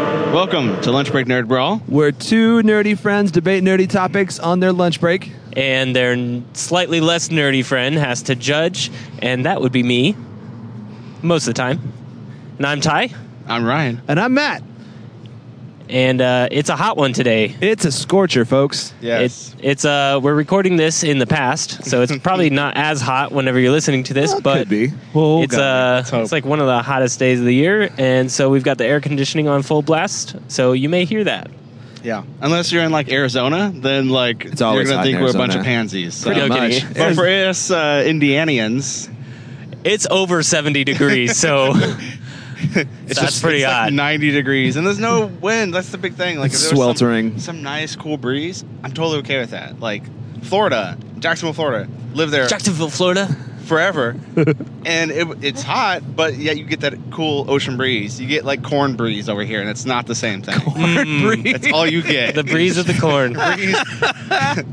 Welcome to Lunch Break Nerd Brawl. where two nerdy friends debate nerdy topics on their lunch break. and their n- slightly less nerdy friend has to judge, and that would be me most of the time. And I'm Ty, I'm Ryan. And I'm Matt. and uh, it's a hot one today. It's a scorcher, folks. It's it's uh we're recording this in the past, so it's probably not as hot whenever you're listening to this, but could be. Oh, it's God. uh hope. it's like one of the hottest days of the year, and so we've got the air conditioning on full blast, so you may hear that. Yeah. Unless you're in like Arizona, then like It's you're always gonna hot think in we're a bunch Arizona. of pansies. so- Pretty Not okay. much. But for us uh, Indianians, It's over 70 degrees, so it's That's just- pretty it's, like, hot. 90 degrees, and there's no wind. That's the big thing. Like if there was some- Sweltering. Some, nice cool breeze. I'm totally okay with that. Like Florida, Jacksonville, Florida, live there Jacksonville, Florida. forever, and it, it's hot, but yet you get that cool ocean breeze. You get like corn breeze over here, and it's not the same thing. That's all you get. The breeze of the corn. I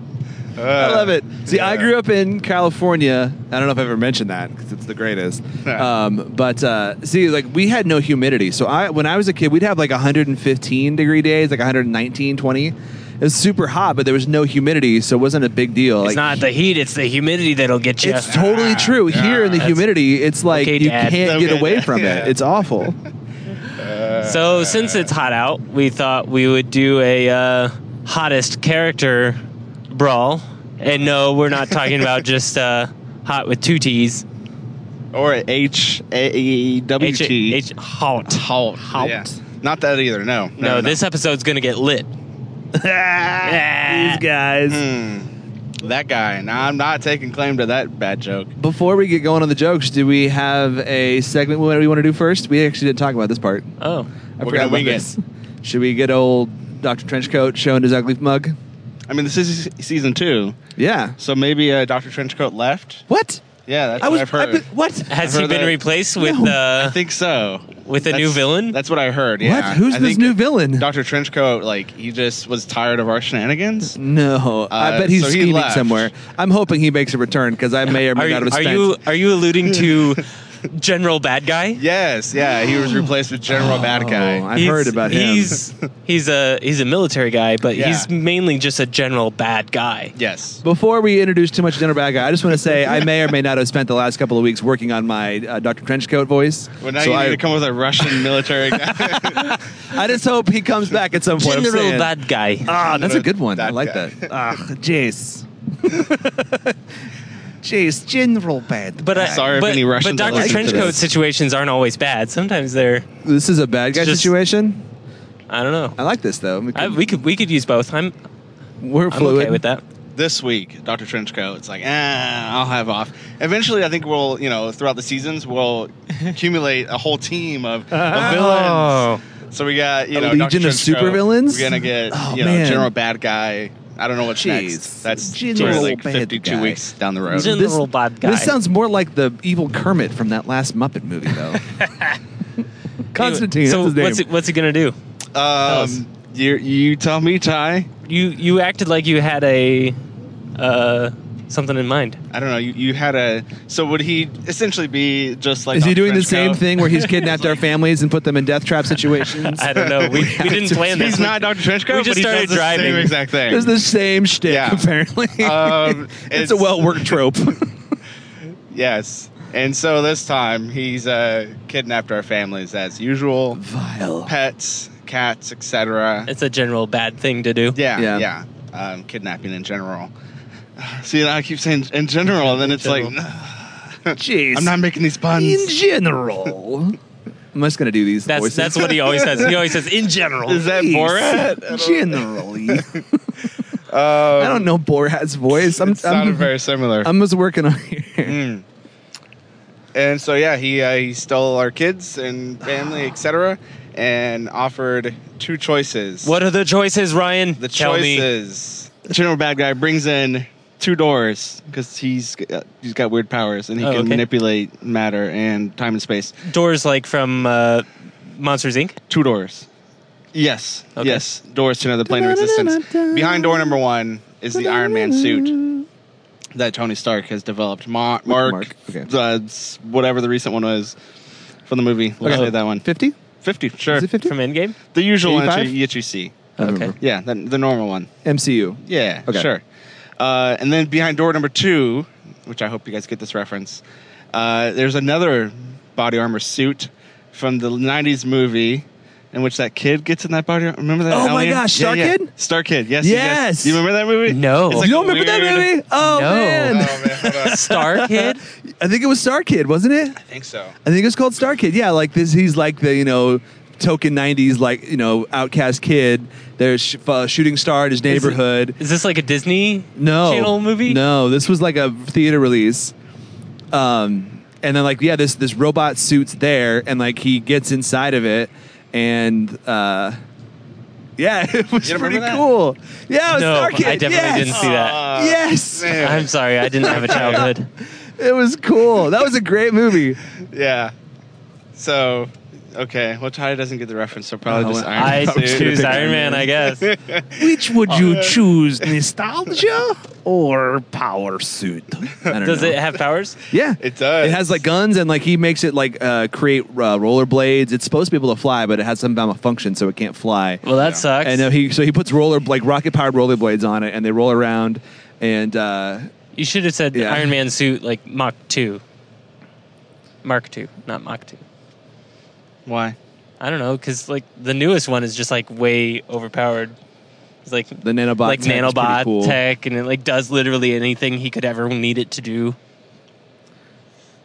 love it. uh, See, I grew up in California. I don't know if I ever mentioned that because it's the greatest. um, but uh, see, like we had no humidity. So I, when I was a kid, we'd have like 115 degree days, like 119, 20. It was super hot, but there was no humidity, so it wasn't a big deal. It's Like, not the heat, it's the humidity that'll get you. It's totally true. Here in the That's- humidity, it's like Okay, you Dad. can't Okay, get away Dad. from Yeah. it. It's awful. So since it's hot out, we thought we would do a uh, hottest character brawl. And no, we're not talking about just uh, hot with two T's. Or H A E W H- T. H- hot. Halt. Halt. Yeah. Not that either. No. No, this episode's gonna get lit. These guys. That guy. Nah, I'm not taking claim to that bad joke. Before we get going on the jokes, do we have a segment what we want to do first? We actually didn't talk about this part. Oh, I We're forgot gonna about wing this. Should we get old Dr. Trenchcoat showing his ugly mug? I mean, this is season two, Yeah. so maybe uh, Doctor Trenchcoat left. What? Yeah, that's I was what I've heard. been- what? has I've he heard been that. replaced with No. I uh, think so. with a new That's- villain? That's what I heard. Yeah. What? Who's I this think new villain? Doctor Trenchcoat, like he just was tired of our shenanigans. no, I Uh, bet he's so he scheming left. somewhere. I'm hoping he makes a return because I may or may not are, you, have are spent. you are you alluding to General Bad Guy? Yes. Yeah. He was replaced with General Bad Guy. Oh, I've heard about him. He's he's a he's a military guy, but Yeah. he's mainly just a general bad guy. yes. Before we introduce too much dinner bag, I just want to say I may or may not have spent the last couple of weeks working on my uh, Dr. Trenchcoat voice. Well, now so you need I, to come with a Russian military guy. I just hope he comes back at some point. I'm General saying. bad guy. Uh, Ah, that's a good one. I That like guy. that. Ah, jeez. jeez, General Bad. But uh, Sorry if but, any Russians But are Doctor listening to Trenchcoat this. situations aren't always bad. Sometimes they're This is a bad guy It's just- situation. I don't know. Um, I like this though. We I, can- we could we could use both. I'm we're I'm fluid okay with that. this week, Doctor Trenchcoat. It's like, ah, I'll have off. Eventually, I think we'll, you know, throughout the seasons, we'll accumulate a whole team of, of Oh. villains. So we got, you A know, legion Dr. of Trenchcoat. supervillains? We're gonna get, Oh, you know, man. General Bad Guy. I don't know what's Jeez. next. That's General sort of like Bad 52 Guy. weeks down the road. Gen- General Bad Guy. This sounds more like the evil Kermit from that last Muppet movie though. Constantine. Anyway, so that's his name. what's it, what's he gonna do? us. um, you, you tell me, Ty. You you acted like you had a uh, something in mind. I don't know. You, you had a. So would he essentially be just like? Is he Dr. doing the Trenchcoat? same thing where he's kidnapped our families and put them in death trap situations? I don't know. We, we didn't plan this. He's not Doctor Trenchcoat. We just but he started does the driving. Same exact thing. It's the same shtick, Yeah. apparently. Um, Uh, it's, a well worked trope. Yes. And so this time he's uh, kidnapped our families as usual Vile. pets, cats, etc. It's a general bad thing to do. Yeah, Yeah. yeah. Um, kidnapping in general. See, now I keep saying in general, and then it's like, general. Jeez. I'm not making these in puns. general. I'm just gonna do these. That's voices. that's what he always says. He always says in general. Is that Jeez. Borat? I don't- Generally, Um, I don't know Borat's voice. I'm, It sounded I'm, very similar. I'm just working on here. Mm. And so yeah, he uh, he stole our kids and family, etc., and offered two choices. What are the choices, Ryan? The Tell me. choices. General Bad Guy brings in two doors because he's uh, he's got weird powers and he Oh, can okay. manipulate matter and time and space. Doors like from uh, Monsters Inc. Two doors. Yes. Okay. Yes. Doors to another plane of existence. Behind door number one is the Iron Man suit that Tony Stark has developed. Ma- Mark, Mark, okay. uh, s- whatever the recent one was from the movie. Let's Okay. say that one. Fifty. Fifty, sure. Is it 50? from Endgame. The usual entry 85? that you see. I don't remember. Yeah, the, the normal one. MCU. Yeah, Okay. sure. Uh, and then behind door number two, which I hope you guys get this reference, uh, there's another body armor suit from the '90s movie. In which that kid gets in that body. armor. Remember that? Oh my alien? gosh, Star Kid? Star Kid. Yes, yes. Yes. You remember that movie? No. It's you don't remember weird- that movie? Oh No. man, Oh man, hold on. Star Kid. I think it was Star Kid, wasn't it? I think so. I think it was called Star Kid. Yeah, like this. He's like the you know token '90s like you know outcast kid. There's sh- uh, shooting star in his it- neighborhood. Is this like a Disney no channel movie? No, this was like a theater release. Um, and then like yeah, this this robot suits there, and like he gets inside of it, and uh, yeah, it was You don't pretty remember that? cool. Yeah, it was No, Star Kid. I definitely yes. didn't see that. Aw, Yes. man. I'm sorry, I didn't have a childhood. It was cool. That was a great movie. Yeah. So, okay. Well, Ty doesn't get the reference, so probably Oh, just Iron I Man. suit. choose Iron Man, I guess. Which would Uh, you choose? Nostalgia or power suit? I don't Does know. it have powers? Yeah, It does. It has like guns, and like he makes it like uh, create uh, roller blades. It's supposed to be able to fly, but it has some malfunction, so it can't fly. Well, Yeah. that sucks. and uh, he so he puts roller like rocket powered roller blades on it, and they roll around. And uh, you should have said Yeah. Iron Man suit like Mach 2. Mark 2, not Mach 2. Why? I don't know, because like the newest one is just like way overpowered. It's like the nanobot like tech is pretty nanobot cool. tech, and it like does literally anything he could ever need it to do.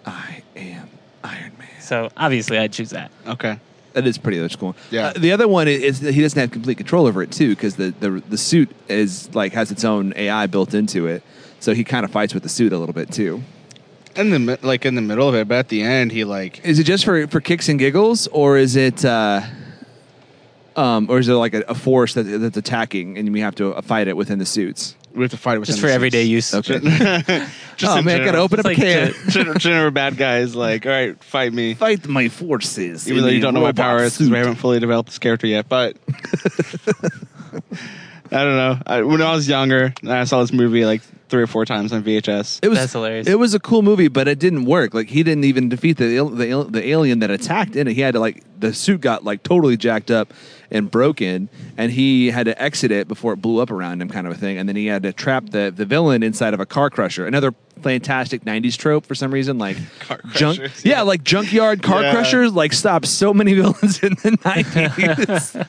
I am Iron Man. So obviously, I'd choose that. Okay. That is pretty. That's cool. Yeah. Uh, the other one is, is that he doesn't have complete control over it too, because the, the the suit is like has its own AI built into it, so he kind of fights with the suit a little bit too. In the mi- like in the middle of it, but at the end, he like Is it just for for kicks and giggles, or is it, uh, um, or is there like a, a force that, that's attacking, and we have to uh, fight it within the suits? we have to fight with Just for everyday use. Okay. Just oh in man, gotta general. open It's up like a can. to- general, general bad guys. Like, all right, fight me. Fight my forces. Even though in you a don't know my robot power is, 'cause we suit. haven't fully developed this character yet. But I don't know. I, when I was younger, I saw this movie like three or four times on VHS. It was That's hilarious. It was a cool movie, but it didn't work. Like he didn't even defeat the il- the, il- the alien that attacked in it. He had to like the suit got like totally jacked up and broken, and he had to exit it before it blew up around him, kind of a thing. And then he had to trap the the villain inside of a car crusher. Another fantastic '90s trope for some reason, like Car junk. crushers, Yeah. yeah. like junkyard car Yeah. crushers. Like stopped so many villains in the '90s.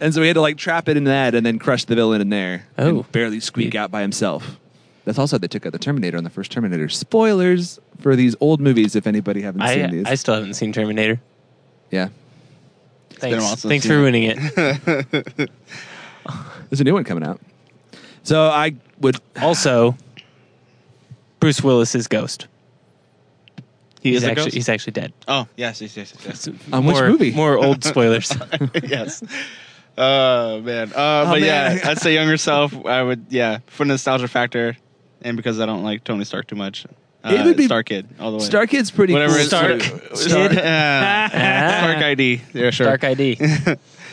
And so he had to like trap it in that and then crush the villain in there. Oh. And barely squeak out by himself. That's also how they took out the Terminator in the first Terminator. Spoilers for these old movies if anybody haven't seen I uh, these. I still haven't seen Terminator. yeah. been a while Thanks. since Thanks I've for seen it. ruining it. There's a new one coming out. So I would Also, Bruce Willis's ghost. He He's is a actually ghost? he's actually dead. Oh yes, yes, yes, yes. yes. On which more, movie? More old spoilers. yes. Oh man. Uh, but man. yeah, I'd say younger self. I would yeah for nostalgia factor, and because I don't like Tony Stark too much. Uh, It would be- Star Kid all the way. Star Kid's pretty Whatever. cool. it's- Stark. Stark. Yeah. Stark ID. Yeah, sure. Dark ID.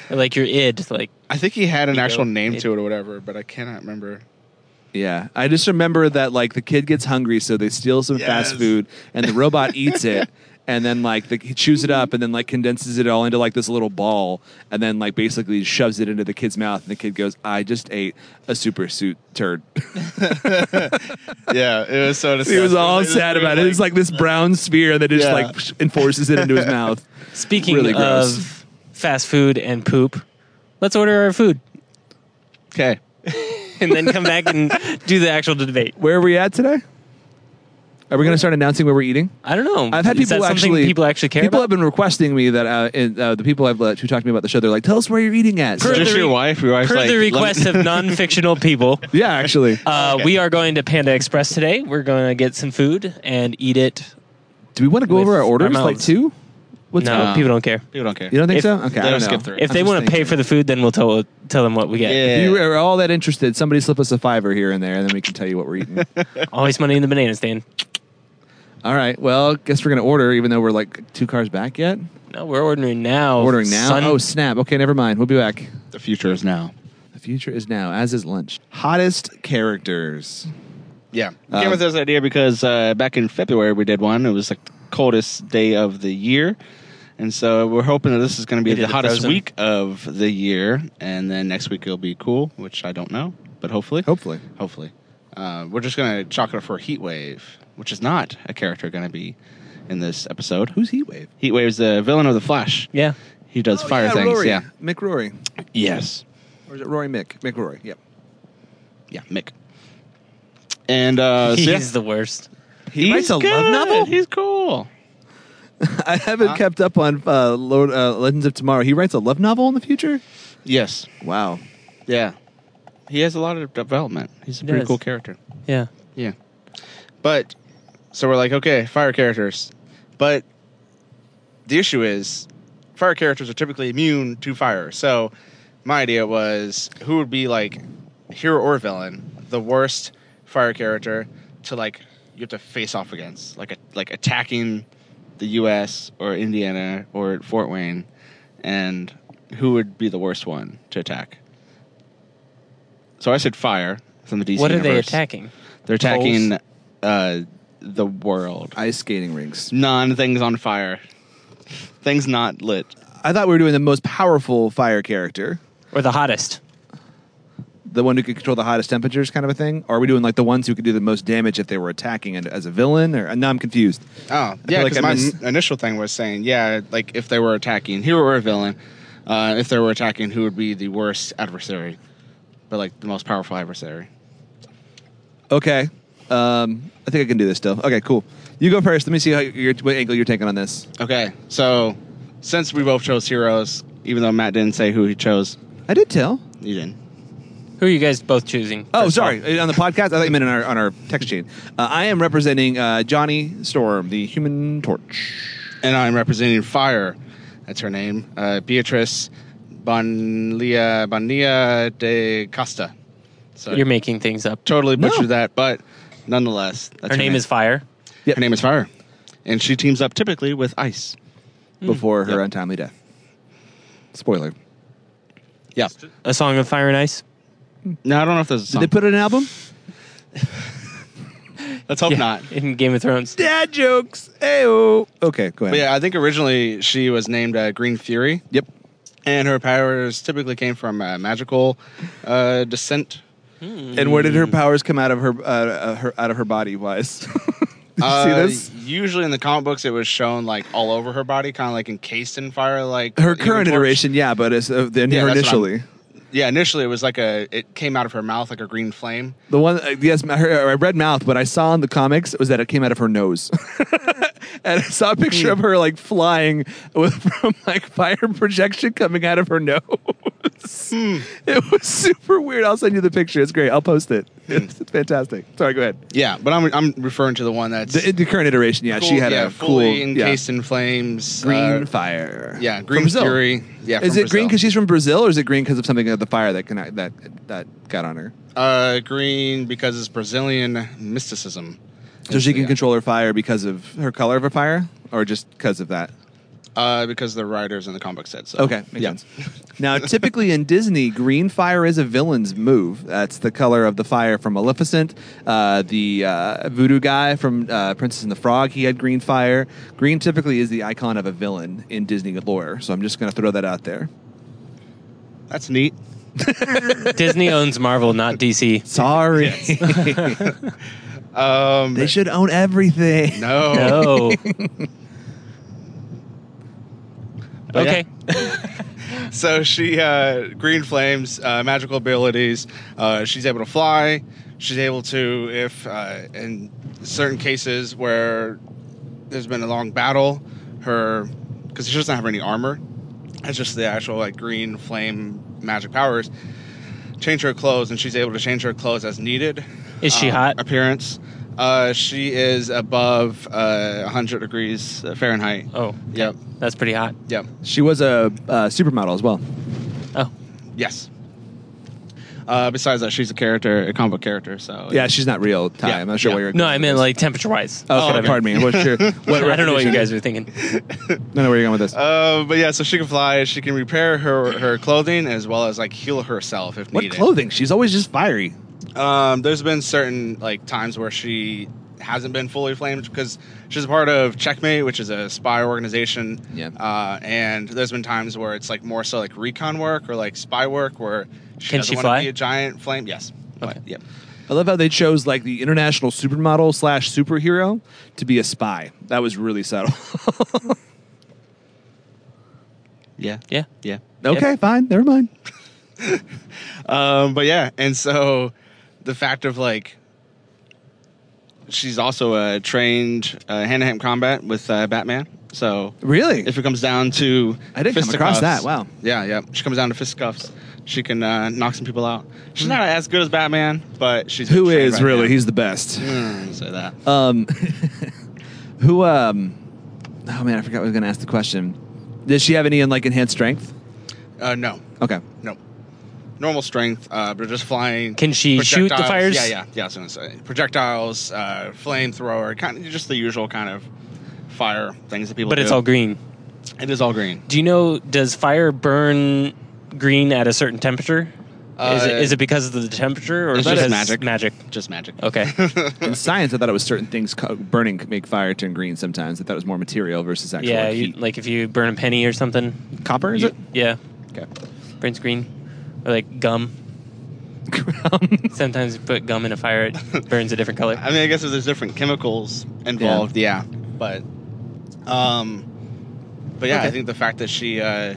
like your id. Like I think he had an You actual go. name It- to it or whatever, but I cannot remember. Yeah. I just remember that like the kid gets hungry so they steal some fast Yes. food and the robot eats it. And then, like, the, he chews it up, and then like condenses it all into like this little ball, and then like basically shoves it into the kid's mouth, and the kid goes, "I just ate a super suit turd." Yeah, it was so. He was disgusting. all It sad about it. It's like this brown spear that just Yeah. like enforces it into his mouth. speaking Really gross. of fast food and poop, let's order our food okay. and then come back and do the actual debate. Where are we at today? Are we going to start announcing where we're eating? I don't know. I've had Is people that something actually people actually care People about. have been requesting me that uh, and, uh, the people I've let who talked to me about the show, they're like, "Tell us where you're eating at." So- Per Just the your re- wife. Your wife's Per like. the let me- request of non-fictional people, yeah, actually, uh, Okay. we are going to Panda Express today. We're going to get some food and eat it. do we want to go with over our our orders like mouths. two? What's No, up? people don't care. People don't care. You don't think If- so? Okay, they I don't don't skip know. through it. If I'm they just want to pay thinking. for the food, then we'll tell tell them what we get. Yeah. If you are all that interested, somebody slip us a fiver here and there, and then we can tell you what we're eating. Always money in the banana stand. all right. Well, guess we're gonna order, even though we're like two cars back yet. No, we're ordering now. Ordering now. son. Oh snap! Okay, never mind. We'll be back. The future is now. The future is now, as is lunch. Hottest characters. Yeah. Um, Came with this idea because uh, back in February we did one. It was like the coldest day of the year. And so we're hoping that this is going to be We did the the hottest Frozen. week of the year, and then next week it'll be cool, which I don't know, but hopefully, Hopefully. hopefully, uh, we're just going to chalk it up for a heat wave, which is not a character going to be in this episode. Who's Oh, Heatwave? Heat Wave's the villain of the Flash. Yeah. He does fire things. Rory. Oh, Yeah. Mick Rory. Yes. Or is it Rory Mick? Mick Rory. Yep. Yeah, Mick. And uh, so, He's yeah, the worst. He writes a love good. novel? He's cool. I haven't Huh? kept up on uh, Lord, uh, Legends of Tomorrow. He writes a love novel in the future? Yes. Wow. Yeah. He has a lot of development. He's a He pretty does. cool character. Yeah. Yeah. But so we're like, okay, fire characters. But the issue is fire characters are typically immune to fire. So my idea was who would be like hero or villain, the worst fire character to like you have to face off against, like a, like attacking the US or Indiana or Fort Wayne and who would be the worst one to attack? So I said fire from the DC what are they universe. attacking? They're attacking Poles? uh, the world. Ice skating rinks. Non things on fire. Things not lit. I thought we were doing the most powerful fire character. Or the hottest? The one who could control the hottest temperatures, kind of a thing? Or are we doing like the ones who could do the most damage if they were attacking and, as a villain? Or No, I'm confused. Oh, feel yeah. like Because I my missed- n- initial thing was saying, yeah, like if they were attacking hero or villain, uh, if they were attacking, who would be the worst adversary? But like the most powerful adversary. Okay. Um, I think I can do this still. Okay, cool. You go first. Let me see how you what angle you're taking on this. Okay, so since we both chose heroes, even though Matt didn't say who he chose, I did tell. you didn't. Who are you guys both choosing? Oh, First of sorry. all? Uh, On the podcast, I thought you meant on our, on our text chain. Uh, I am representing uh, Johnny Storm, the Human Torch. and I'm representing Fire. That's her name, uh, Beatrice Bonilla Bonilla de Costa. So You're making things up. totally butchered No. that, but nonetheless, that's Her name is Fire. Her name is Fire, and she teams up typically with Ice. Before her Yep. untimely death. Spoiler. Yeah. A Song of Fire and Ice. No, I don't know if there's a Did song. they put it in an album? Let's hope Yeah, not. In Game of Thrones. Dad jokes. Ayo. Okay, But go ahead. yeah, I think originally she was named uh, Green Fury, Yep. and her powers typically came from uh, magical uh, descent. And where did her powers come out of her, uh, uh, her out of her body wise? Did you see Uh, this? Usually in the comic books, it was shown like all over her body, kind of like encased in fire. Like the Her current Human Torch. iteration, yeah, but it's uh, then Yeah, her that's what I'm- initially. Yeah, initially it was like a it came out of her mouth like a green flame. The one, uh, yes, my- her, I read mouth, but I saw in the comics was that it came out of her nose, and I saw a picture of her like flying with from like fire projection coming out of her nose. Hmm. It was super weird. I'll send you the picture. It's great. I'll post it. It's, it's fantastic. Sorry, go ahead. Yeah, but I'm I'm referring to the one that's The, the current iteration, yeah, she full- had yeah, a cool fully yeah, encased in flames. green uh, fire. yeah, From green Brazil. fury. Yeah, Is from it green Brazil. because she's from Brazil, or is it green because of something of the fire that can, that that got on her? uh, green because it's Brazilian mysticism. So she can Yeah. control her fire because of her color of her fire, or just because of that? Uh, because the writers in the comic book said so. Okay, makes sense. Now, typically in Disney, green fire is a villain's move. That's the color of the fire from Maleficent, uh, the uh, voodoo guy from uh, Princess and the Frog. He had green fire. Green typically is the icon of a villain in Disney lore, so I'm just going to throw that out there. That's neat. Disney owns Marvel, not DC. Sorry, Um, they should own everything. no. No. yeah. okay. So she uh, green flames, uh, magical abilities. Uh, she's able to fly. She's able to, if uh, in certain cases where there's been a long battle, her because she doesn't have any armor. It's just the actual like green flame magic powers. Change her clothes, and she's able to change her clothes as needed. Is she Uh, hot? Appearance. Uh, she is above uh, 100 degrees Fahrenheit. Oh, Yep. that's pretty hot. Yep. She was a uh, supermodel as well. Oh, Yes. Uh, besides that, she's a character, a comic book character. So Yeah, she's not real. Ty, Yeah, I'm not sure yeah. where you're. no, I meant like temperature wise. Oh, okay, okay. pardon me. I wasn't sure. What I don't know what you recognition- guys were thinking. I don't know where you're going with this. Uh, but yeah, so she can fly. She can repair her her clothing as well as like heal herself if what needed. clothing? She's always just fiery. Um, there's been certain like times where she hasn't been fully flamed because she's a part of Checkmate, which is a spy organization. Yeah. Uh, and there's been times where it's like more so like recon work or like spy work where she Can doesn't she want fly? to be a giant flame. Yes. Okay. Yep. I love how they chose like the international supermodel slash superhero to be a spy. That was really subtle. Yeah. Yeah. Yeah. okay, fine, never mind. Um, but yeah, and so the fact of like she's also a trained uh, hand-to-hand combat with uh, Batman. So Really? if it comes down to I didn't come across fisticuffs- that, wow. Yeah, yeah. She comes down to fisticuffs. She can uh, knock some people out. She's not as good as Batman, but she's Who trained is Batman. really? He's the best. Mm, say that. Um, who? Um, oh man, I forgot I was going to ask the question. Does she have any in like enhanced strength? Uh, no, Okay. no. Normal strength, uh, but just flying. Can she shoot the projectiles. fires? Yeah, yeah, yeah. I was gonna say projectiles, uh, flamethrower, kind of just the usual kind of fire things that people. But do. it's all green. It is all green. Do you know? Does fire burn green at a certain temperature? is, it, Uh, is it because of the temperature, or it's because just magic. Magic. Just magic. Okay. In science, I thought it was certain things co- burning could make fire turn green. Sometimes I thought it was more material versus actual yeah. like, You, heat. like if you burn a penny or something. copper. Is you- it? Yeah. Okay. Burns green, or like gum. Sometimes you put gum in a fire, it burns a different color. I mean, I guess if there's different chemicals involved, yeah. But, um, but yeah, I Okay. think the fact that she, uh,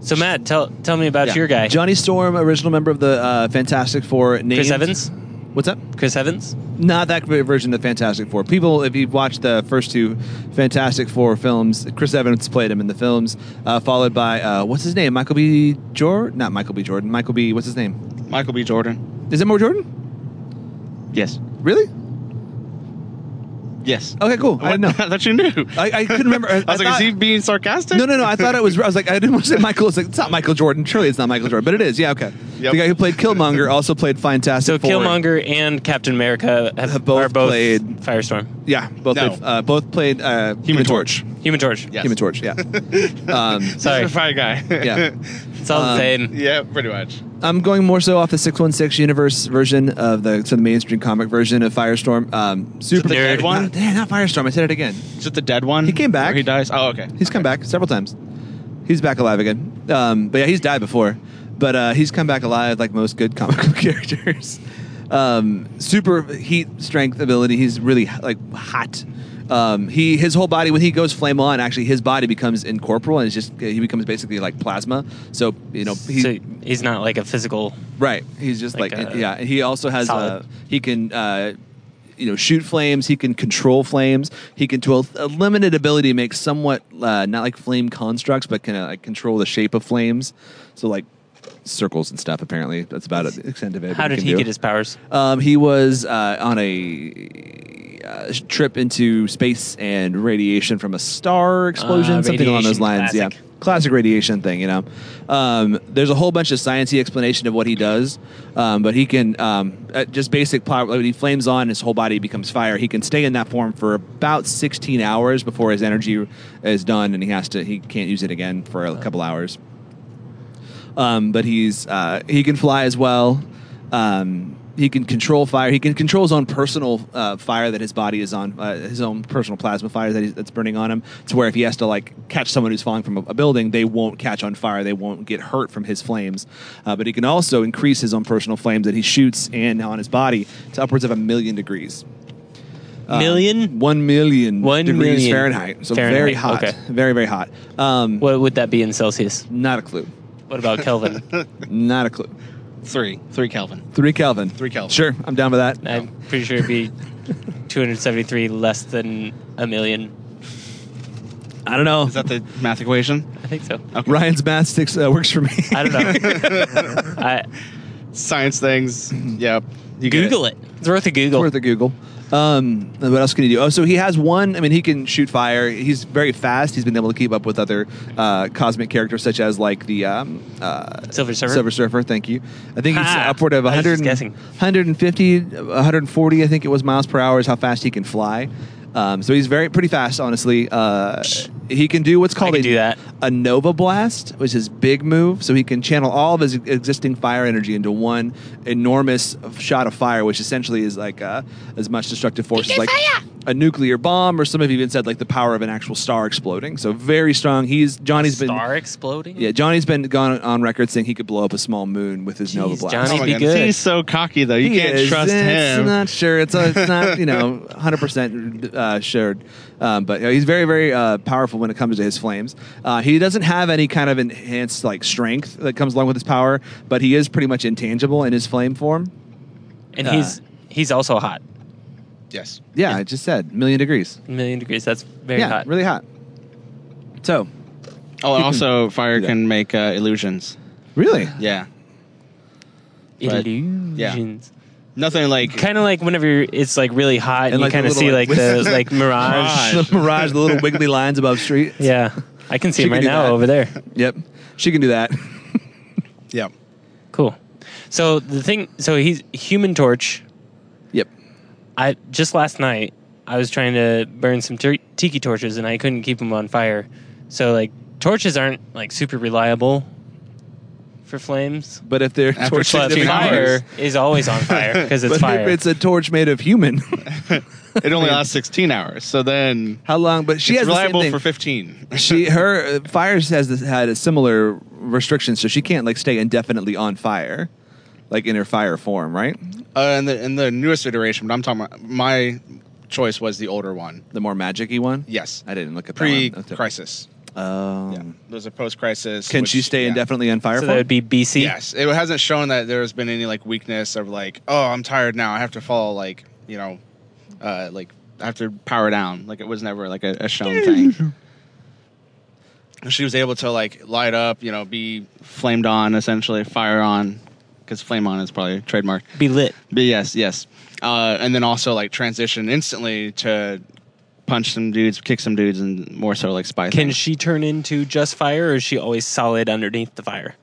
So Matt, tell tell me about Yeah. your guy, Johnny Storm, original member of the uh, Fantastic Four. Named, Chris Evans. What's up? Chris Evans. Not that version of the Fantastic Four. People, if you've watched the first two Fantastic Four films, Chris Evans played him in the films, uh, followed by uh, what's his name? Michael B. Jordan? Not Michael B. Jordan. Michael B. What's his name? Michael B. Jordan. Is it more Jordan? Yes. Really? Yes. Okay, cool. Oh, I didn't know. I thought you knew. I, I couldn't remember. I was like, thought- is he being sarcastic? No, no, no. I thought it was. I was like, I didn't want to say Michael. It's like it's not Michael Jordan. Surely it's not Michael Jordan, but it is. Yeah, okay. Yep. The guy who played Killmonger also played Fantastic. So Four. Killmonger and Captain America have, Have both are both played- Firestorm, Yeah, both No. played, uh, both played uh, Human Torch. Human Torch. Yes. Human Torch. Yeah. um, Sorry. He's a fire guy. Yeah. It's all Um, the same. yeah, pretty much. I'm going more so off the 616 universe version of the so the mainstream comic version of Firestorm. Um, Super the dead one? Not, yeah, not Firestorm. I said it again. Is it the dead one? He came back. Where he dies. Oh, okay. He's come back several times. He's back alive again. Um, but yeah, he's died before. But uh, he's come back alive like most good comic book characters. Um, super heat strength ability. He's really like hot. Um, he his whole body when he goes flame on, actually his body becomes incorporeal and it's just he becomes basically like plasma. So you know he, so he's not like a physical. Right. He's just like, Like, uh, yeah. He also has uh, solid. he can uh, you know shoot flames. He can control flames. He can to a, a limited ability make somewhat uh, not like flame constructs, but can uh, like control the shape of flames. So like circles and stuff. Apparently, that's about it. the extent of it. How did can he do. get his powers? Um, he was uh, on a uh, trip into space and radiation from a star explosion, Ah, something along those radiation, lines. Yeah, classic. classic radiation thing. You know, um, there's a whole bunch of sciencey explanation of what he does, um, but he can um, uh, just basic plot. When he flames on, his whole body becomes fire. He can stay in that form for about 16 hours before his energy is done, and he has to. He can't use it again for a couple hours um, but he's uh, he can fly as well. Um, he can control fire. He can control his own personal uh, fire that his body is on, uh, his own personal plasma fire that he's, that's burning on him. To where if he has to like catch someone who's falling from a, a building, they won't catch on fire. They won't get hurt from his flames. Uh, but he can also increase his own personal flames that he shoots and on his body to upwards of a million degrees. Uh, Million? one million One degrees million Fahrenheit. So Fahrenheit, very hot. okay. Very very hot. Um, What would that be in Celsius? not a clue. What about Kelvin? Not a clue. Three. Three Kelvin. Three Kelvin. Three Kelvin. Sure, I'm down with that. I'm pretty sure it'd be 273 less than a million. I don't know. Is that the math equation? I think so. Ryan's math sticks uh, works for me. I don't know. I, Science things. Mm-hmm. Yep. You get Google it. It's worth a Google. Worth a Google. Um, and what else can he do? Oh, so he has one. I mean, he can shoot fire. He's very fast. He's been able to keep up with other uh, cosmic characters, such as like the um, uh, Silver Surfer? Silver Surfer. Thank you. I think he's Ha! upward of Ah, I was 100, just guessing. 150, 140. I think it was miles per hour is how fast he can fly. Um, so he's very pretty fast, honestly. Uh, he can do what's called can a, do that. a Nova Blast, which is his big move. So he can channel all of his existing fire energy into one enormous shot of fire, which essentially is like uh, as much destructive force as like a nuclear bomb, or some have even said like the power of an actual star exploding. So very strong. He's Johnny's been Star exploding. yeah, Johnny's been gone on record saying he could blow up a small moon with his Nova Jeez, Blast. Johnny, Oh my be goodness. good. He's so cocky though. You He can't is. eh, trust it's him. not sure. It's, uh, it's not you know 100 percent uh, sure, um, but you know, he's very very uh, powerful when it comes to his flames. Uh, he doesn't have any kind of enhanced like strength that comes along with his power, but he is pretty much intangible in his flame form. and Uh, he's he's also hot. yes. Yeah, I just said million degrees. A million degrees. That's very yeah, hot. really hot. So Oh, and also fire Yeah. can make uh, illusions. really, Yeah. but- Illusions. Nothing like Kind of like whenever you're, it's like really hot and, you like the kind of little, see like, like the like mirage. Mirage. the mirage, the little wiggly lines above street. Yeah, I can see She him can right do now that. over there. Yep, she can do that. yeah. Cool. So the thing, so he's Human Torch. yep. I just last night I was trying to burn some tur- tiki torches and I couldn't keep them on fire. So like torches aren't like super reliable for flames. But if they're After torches, But they're 16 hours. fire is always on fire because it's but fire. if it's a torch made of human, It only lasts 16 hours. So then how long? But she it's has reliable the same for thing. 15. she her uh, fires has this, had a similar restriction, so she can't like stay indefinitely on fire, like in her fire form, right? Uh, in the in the newest iteration, but I'm talking about my choice was the older one. The more magic-y one. Yes. I didn't look at Pre that one. Okay. crisis. Um, Yeah. There's a post crisis. Can she stay indefinitely on fire? so that form? would be BC. Yes. It hasn't shown that there's been any like weakness of like, oh, I'm tired now. I have to follow like, you know, uh, like I have to power down. Like it was never like a, a shown thing. She was able to like light up, you know, be flamed on essentially, fire on, because flame on is probably trademark. Be lit. But yes, yes. Uh, and then also like transition instantly to punch some dudes, kick some dudes, and more so like spy. Can things. she turn into just fire or is she always solid underneath the fire?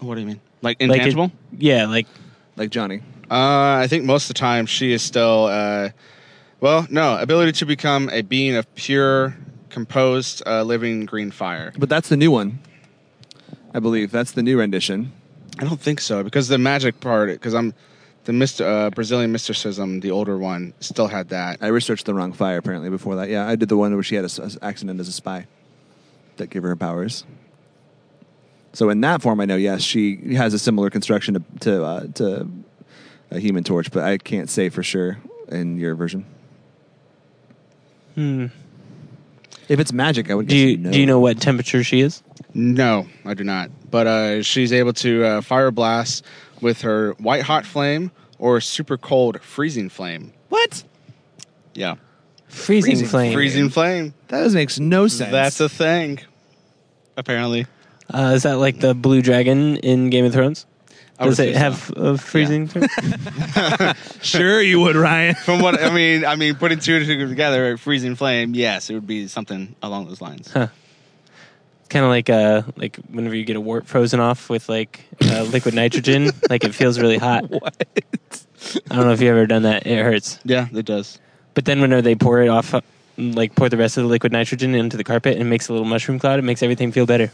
What do you mean? Like Like it- intangible? yeah, like like Johnny. uh, I think most of the time she is still. Uh, well, no, ability to become a being of pure, composed, uh, living green fire. But that's the new one, I believe. That's the new rendition. I don't think so because the magic part. Because I'm the Mr. Uh, Brazilian mysticism, the older one, still had that. I researched the wrong fire apparently before that. Yeah, I did the one where she had an accident as a spy that gave her her powers. So in that form, I know yes, she has a similar construction to to, uh, to a Human Torch, but I can't say for sure in your version. hmm. If it's magic, I would. Do guess you no. do you know what temperature she is? No, I do not. But uh, she's able to uh, fire blast with her white hot flame or super cold freezing flame. what? Yeah, Freezing, Freezing flame. freezing flame. That just makes no sense. That's a thing. Apparently, Uh, is that like the blue dragon in Game of Thrones? I would Does say it so. have a freezing? term? sure you would, Ryan. From what I mean, I mean, putting two and two together, freezing flame. Yes, it would be something along those lines. kind of like uh like whenever you get a wart frozen off with like uh, liquid nitrogen, like it feels really hot. what? I don't know if you've ever done that; it hurts. Yeah, it does. But then whenever they pour it off, uh, like pour the rest of the liquid nitrogen into the carpet and it makes a little mushroom cloud, it makes everything feel better.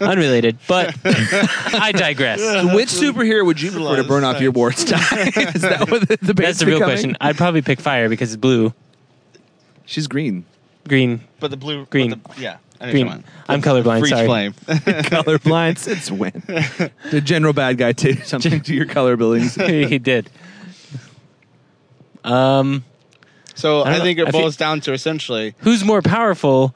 Unrelated, but I digress. Which superhero would you That's a prefer to lot of burn off your sense. warts? Ty? Is that what the, the That's debate's the real becoming? question. I'd probably pick fire because it's blue, She's green. green, But the blue, but Green. the- yeah, I know what green. you I'm mean. colorblind. freeze Sorry. flame. colorblind since when? the general bad guy did something to your color buildings. he did. Um, so I I, don't think know. it I feel- boils down to essentially who's more powerful?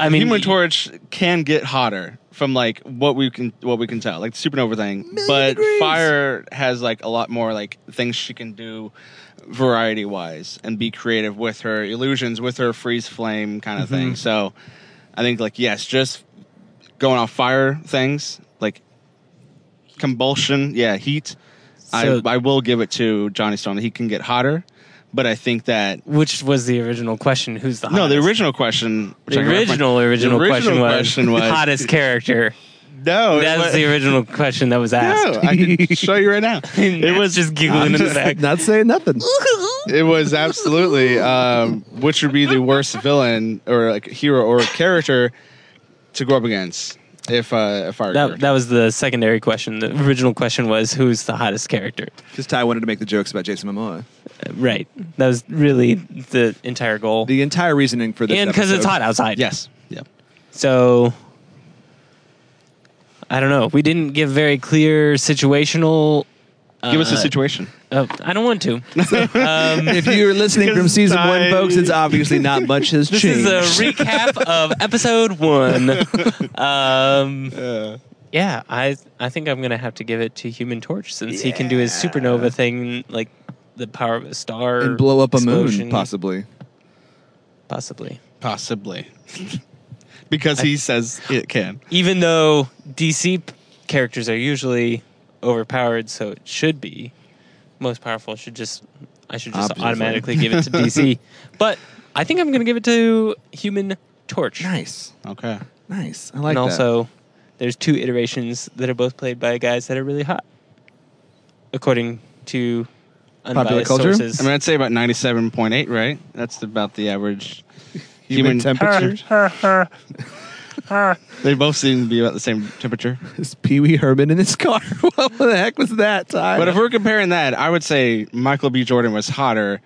I mean, Human Torch can get hotter from like what we can what we can tell, like the supernova thing. but degrees. fire has like a lot more like things she can do variety wise and be creative with her illusions, with her freeze flame kind Mm-hmm. of thing. So I think like yes, just going off fire things, like convulsion, yeah, heat. So- I, I will give it to Johnny Stone. He can get hotter, but I think that which was the original question? Who's the no, hottest? the original question. which The I can reference- original, the original, question, question was, was- Oh, hottest character. No, it That's was- the original question that was No, asked. I can show you right now. it was just giggling in the back. Not saying nothing. It was absolutely um, which would be the worst villain or like hero or character to go up against if uh, if I That, that was the secondary question. The original question was who's the hottest character? Because Ty wanted to make the jokes about Jason Momoa. Uh, Right. That was really the entire goal. The entire reasoning for this and because it's episode- hot outside. yes, yep. So I don't know. We didn't give very clear situational. Give us a uh, situation. Uh, I don't want to. um, If you're listening from Because season Ty- one, folks, it's obviously not much has this changed. is a recap of episode one. Um, yeah, I I think I'm gonna have to give it to Human Torch since he can do his Yeah. supernova thing, like the power of a star and blow up a explosion, moon, possibly. possibly. Possibly. because he says it can. Even though DC p- characters are usually overpowered, so it should be most powerful. Should just I should just Obviously. automatically give it to DC, but I think I'm gonna give it to Human Torch. Nice, Okay. nice. I like and that. also, there's two iterations that are both played by guys that are really hot, according to unbiased Popular culture? sources. I mean, I'd say about 97.8, right? That's about the average human, human- temperatures. They both seem to be about the same temperature. Is Pee Wee Herman in this car? what the heck was that, Ty? But if we're comparing that, I would say Michael B. Jordan was hotter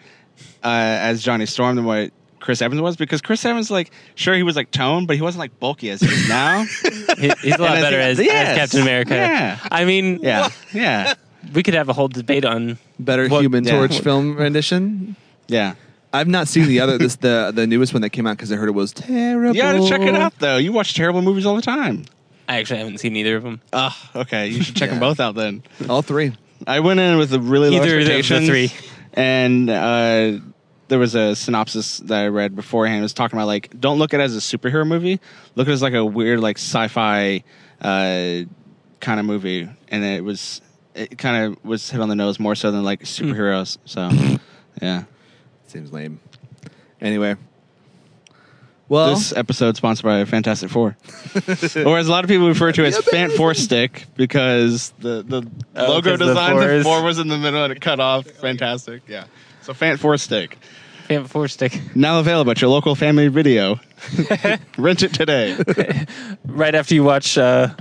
uh, as Johnny Storm than what Chris Evans was because Chris Evans, like, sure, he was like toned, but he wasn't like bulky as he is now. He- he's a lot And I better think- as, as yes. Captain America. Yeah. I mean, yeah. Yeah. we could have a whole debate on Better What- Human yeah. Torch film rendition. Yeah. I've not seen the other this the the newest one that came out because I heard it was terrible. You gotta check it out, though. You watch terrible movies all the time. I actually haven't seen either of them. Ugh, okay. You should check Yeah. them both out then. All three. I went in with a really low Either of the expectations, three. and uh, there was a synopsis that I read beforehand. It was talking about like, don't look at it as a superhero movie. Look at it as like a weird like sci-fi uh, kind of movie, and it was it kind of was hit on the nose more so than like superheroes. So yeah, Seems lame. Anyway. Well, this episode sponsored by Fantastic Four, or as a lot of people refer to it as Fant Four Stick because the the Oh, logo 'cause the design four the is- four was in the middle and it cut off. Fantastic, yeah. So Fant Four Stick. Fan Four Stick. Now available at your local family video. Rent it today. Right after you watch uh,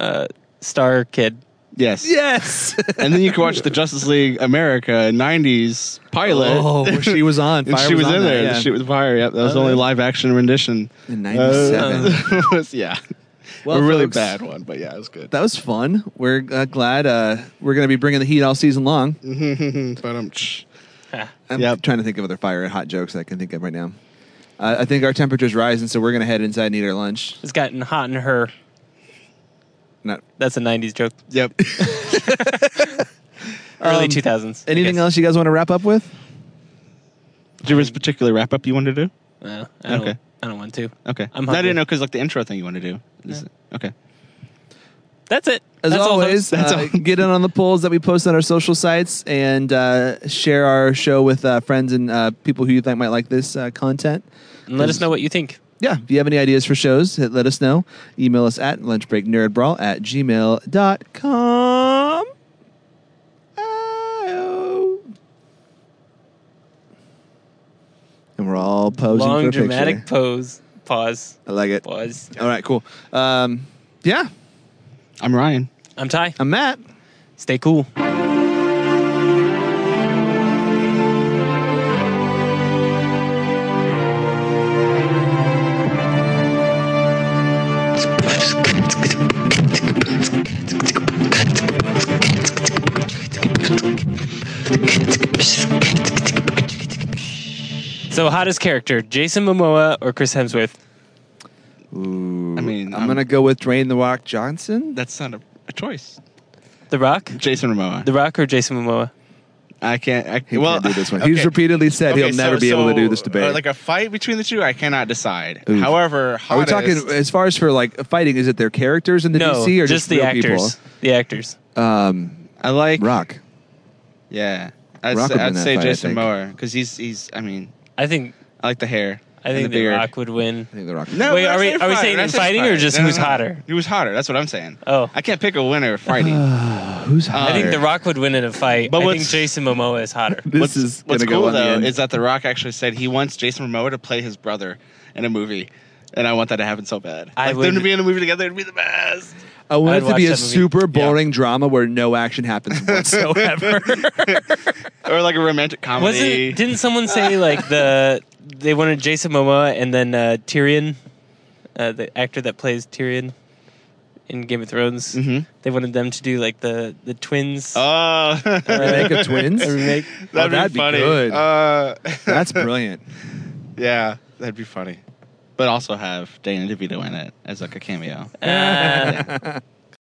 uh, Star Kid. Yes. yes. And then you can watch the Justice League America 90s pilot. oh, where she was on. and Fire she was, on in that, there. yeah. The shit was fire. Yep, that was the Oh, only yeah. live action rendition. In 97. Uh, it was- yeah. Well, a really folks, bad one, but yeah, it was good. That was fun. We're uh, glad uh, we're going to be bringing the heat all season long. Mm-hmm. But, um, tsh. I'm Yep. trying to think of other fire hot jokes I can think of right now. Uh, I think our temperature's rising, so we're going to head inside and eat our lunch. It's gotten hot in her. Not That's a '90s joke. Yep. Early Um, 2000s. I anything guess. else you guys want to wrap up with? There was a particular wrap up you wanted to do? No, I don't, Okay. I don't want to. Okay. I'm I hungry. didn't know because like the intro thing you want to do. Is it- Okay. That's it. As That's all, always, folks. That's uh, all. get in on the polls that we post on our social sites and uh, share our show with uh, friends and uh, people who you think might like this uh, content. and let us know what you think. yeah, if you have any ideas for shows, hit, let us know. Email us at lunchbreaknerdbrawl at gmail.com. Ow. And we're all posing for Long a picture. dramatic pose. Pause. I like it. Pause. All right, cool. Um, yeah, I'm Ryan. I'm Ty. I'm Matt. Stay cool. So hottest character, Jason Momoa or Chris Hemsworth? I mean, I'm, going to go with Dwayne The Rock Johnson. That's not a, a choice. The Rock? Jason Momoa. The Rock or Jason Momoa? I can't. I, He well, can't do this one. okay. He's repeatedly said Okay, he'll so- never be able to so, do this debate. uh, like a fight between the two, I cannot decide. Oof. However, Are we hottest, talking as far as for like fighting? Is it their characters in the No, DC or just, just the real actors. The actors. People? Um, I like Rock. Yeah, I'd, Rock say, would win I'd that say fight, I Jason think. Moore because he's he's. I mean, I think I like the hair. I think the The beard. Rock would win. I think the Rock. No, Wait, but I are we- said are we fighter. saying I in said fighting or fighter. just who's hotter? Who was hotter? That's what I'm saying. Oh. I can't pick a winner fighting. uh, Who's I think The hotter? Rock would win in a fight. But I think what's- Jason Momoa is hotter. This what's, is gonna what's go cool on the though end. is that The Rock actually said he wants Jason Momoa to play his brother in a movie, and I want that to happen so bad. I like them to would- be in a movie together would be the best. I I'd want it to watch be that a movie. super boring drama where no action happens whatsoever. or like a romantic Wasn't comedy. didn't someone say like the they wanted Jason Momoa and then uh, Tyrion, uh, the actor that plays Tyrion in Game of Thrones? Mhm. They wanted them to do like the the twins. oh, Remake of twins? a remake. that'd, that'd be be funny. good. Uh, That's brilliant. yeah, that'd be funny. But also have Dana DeVito in it as like a cameo. Uh,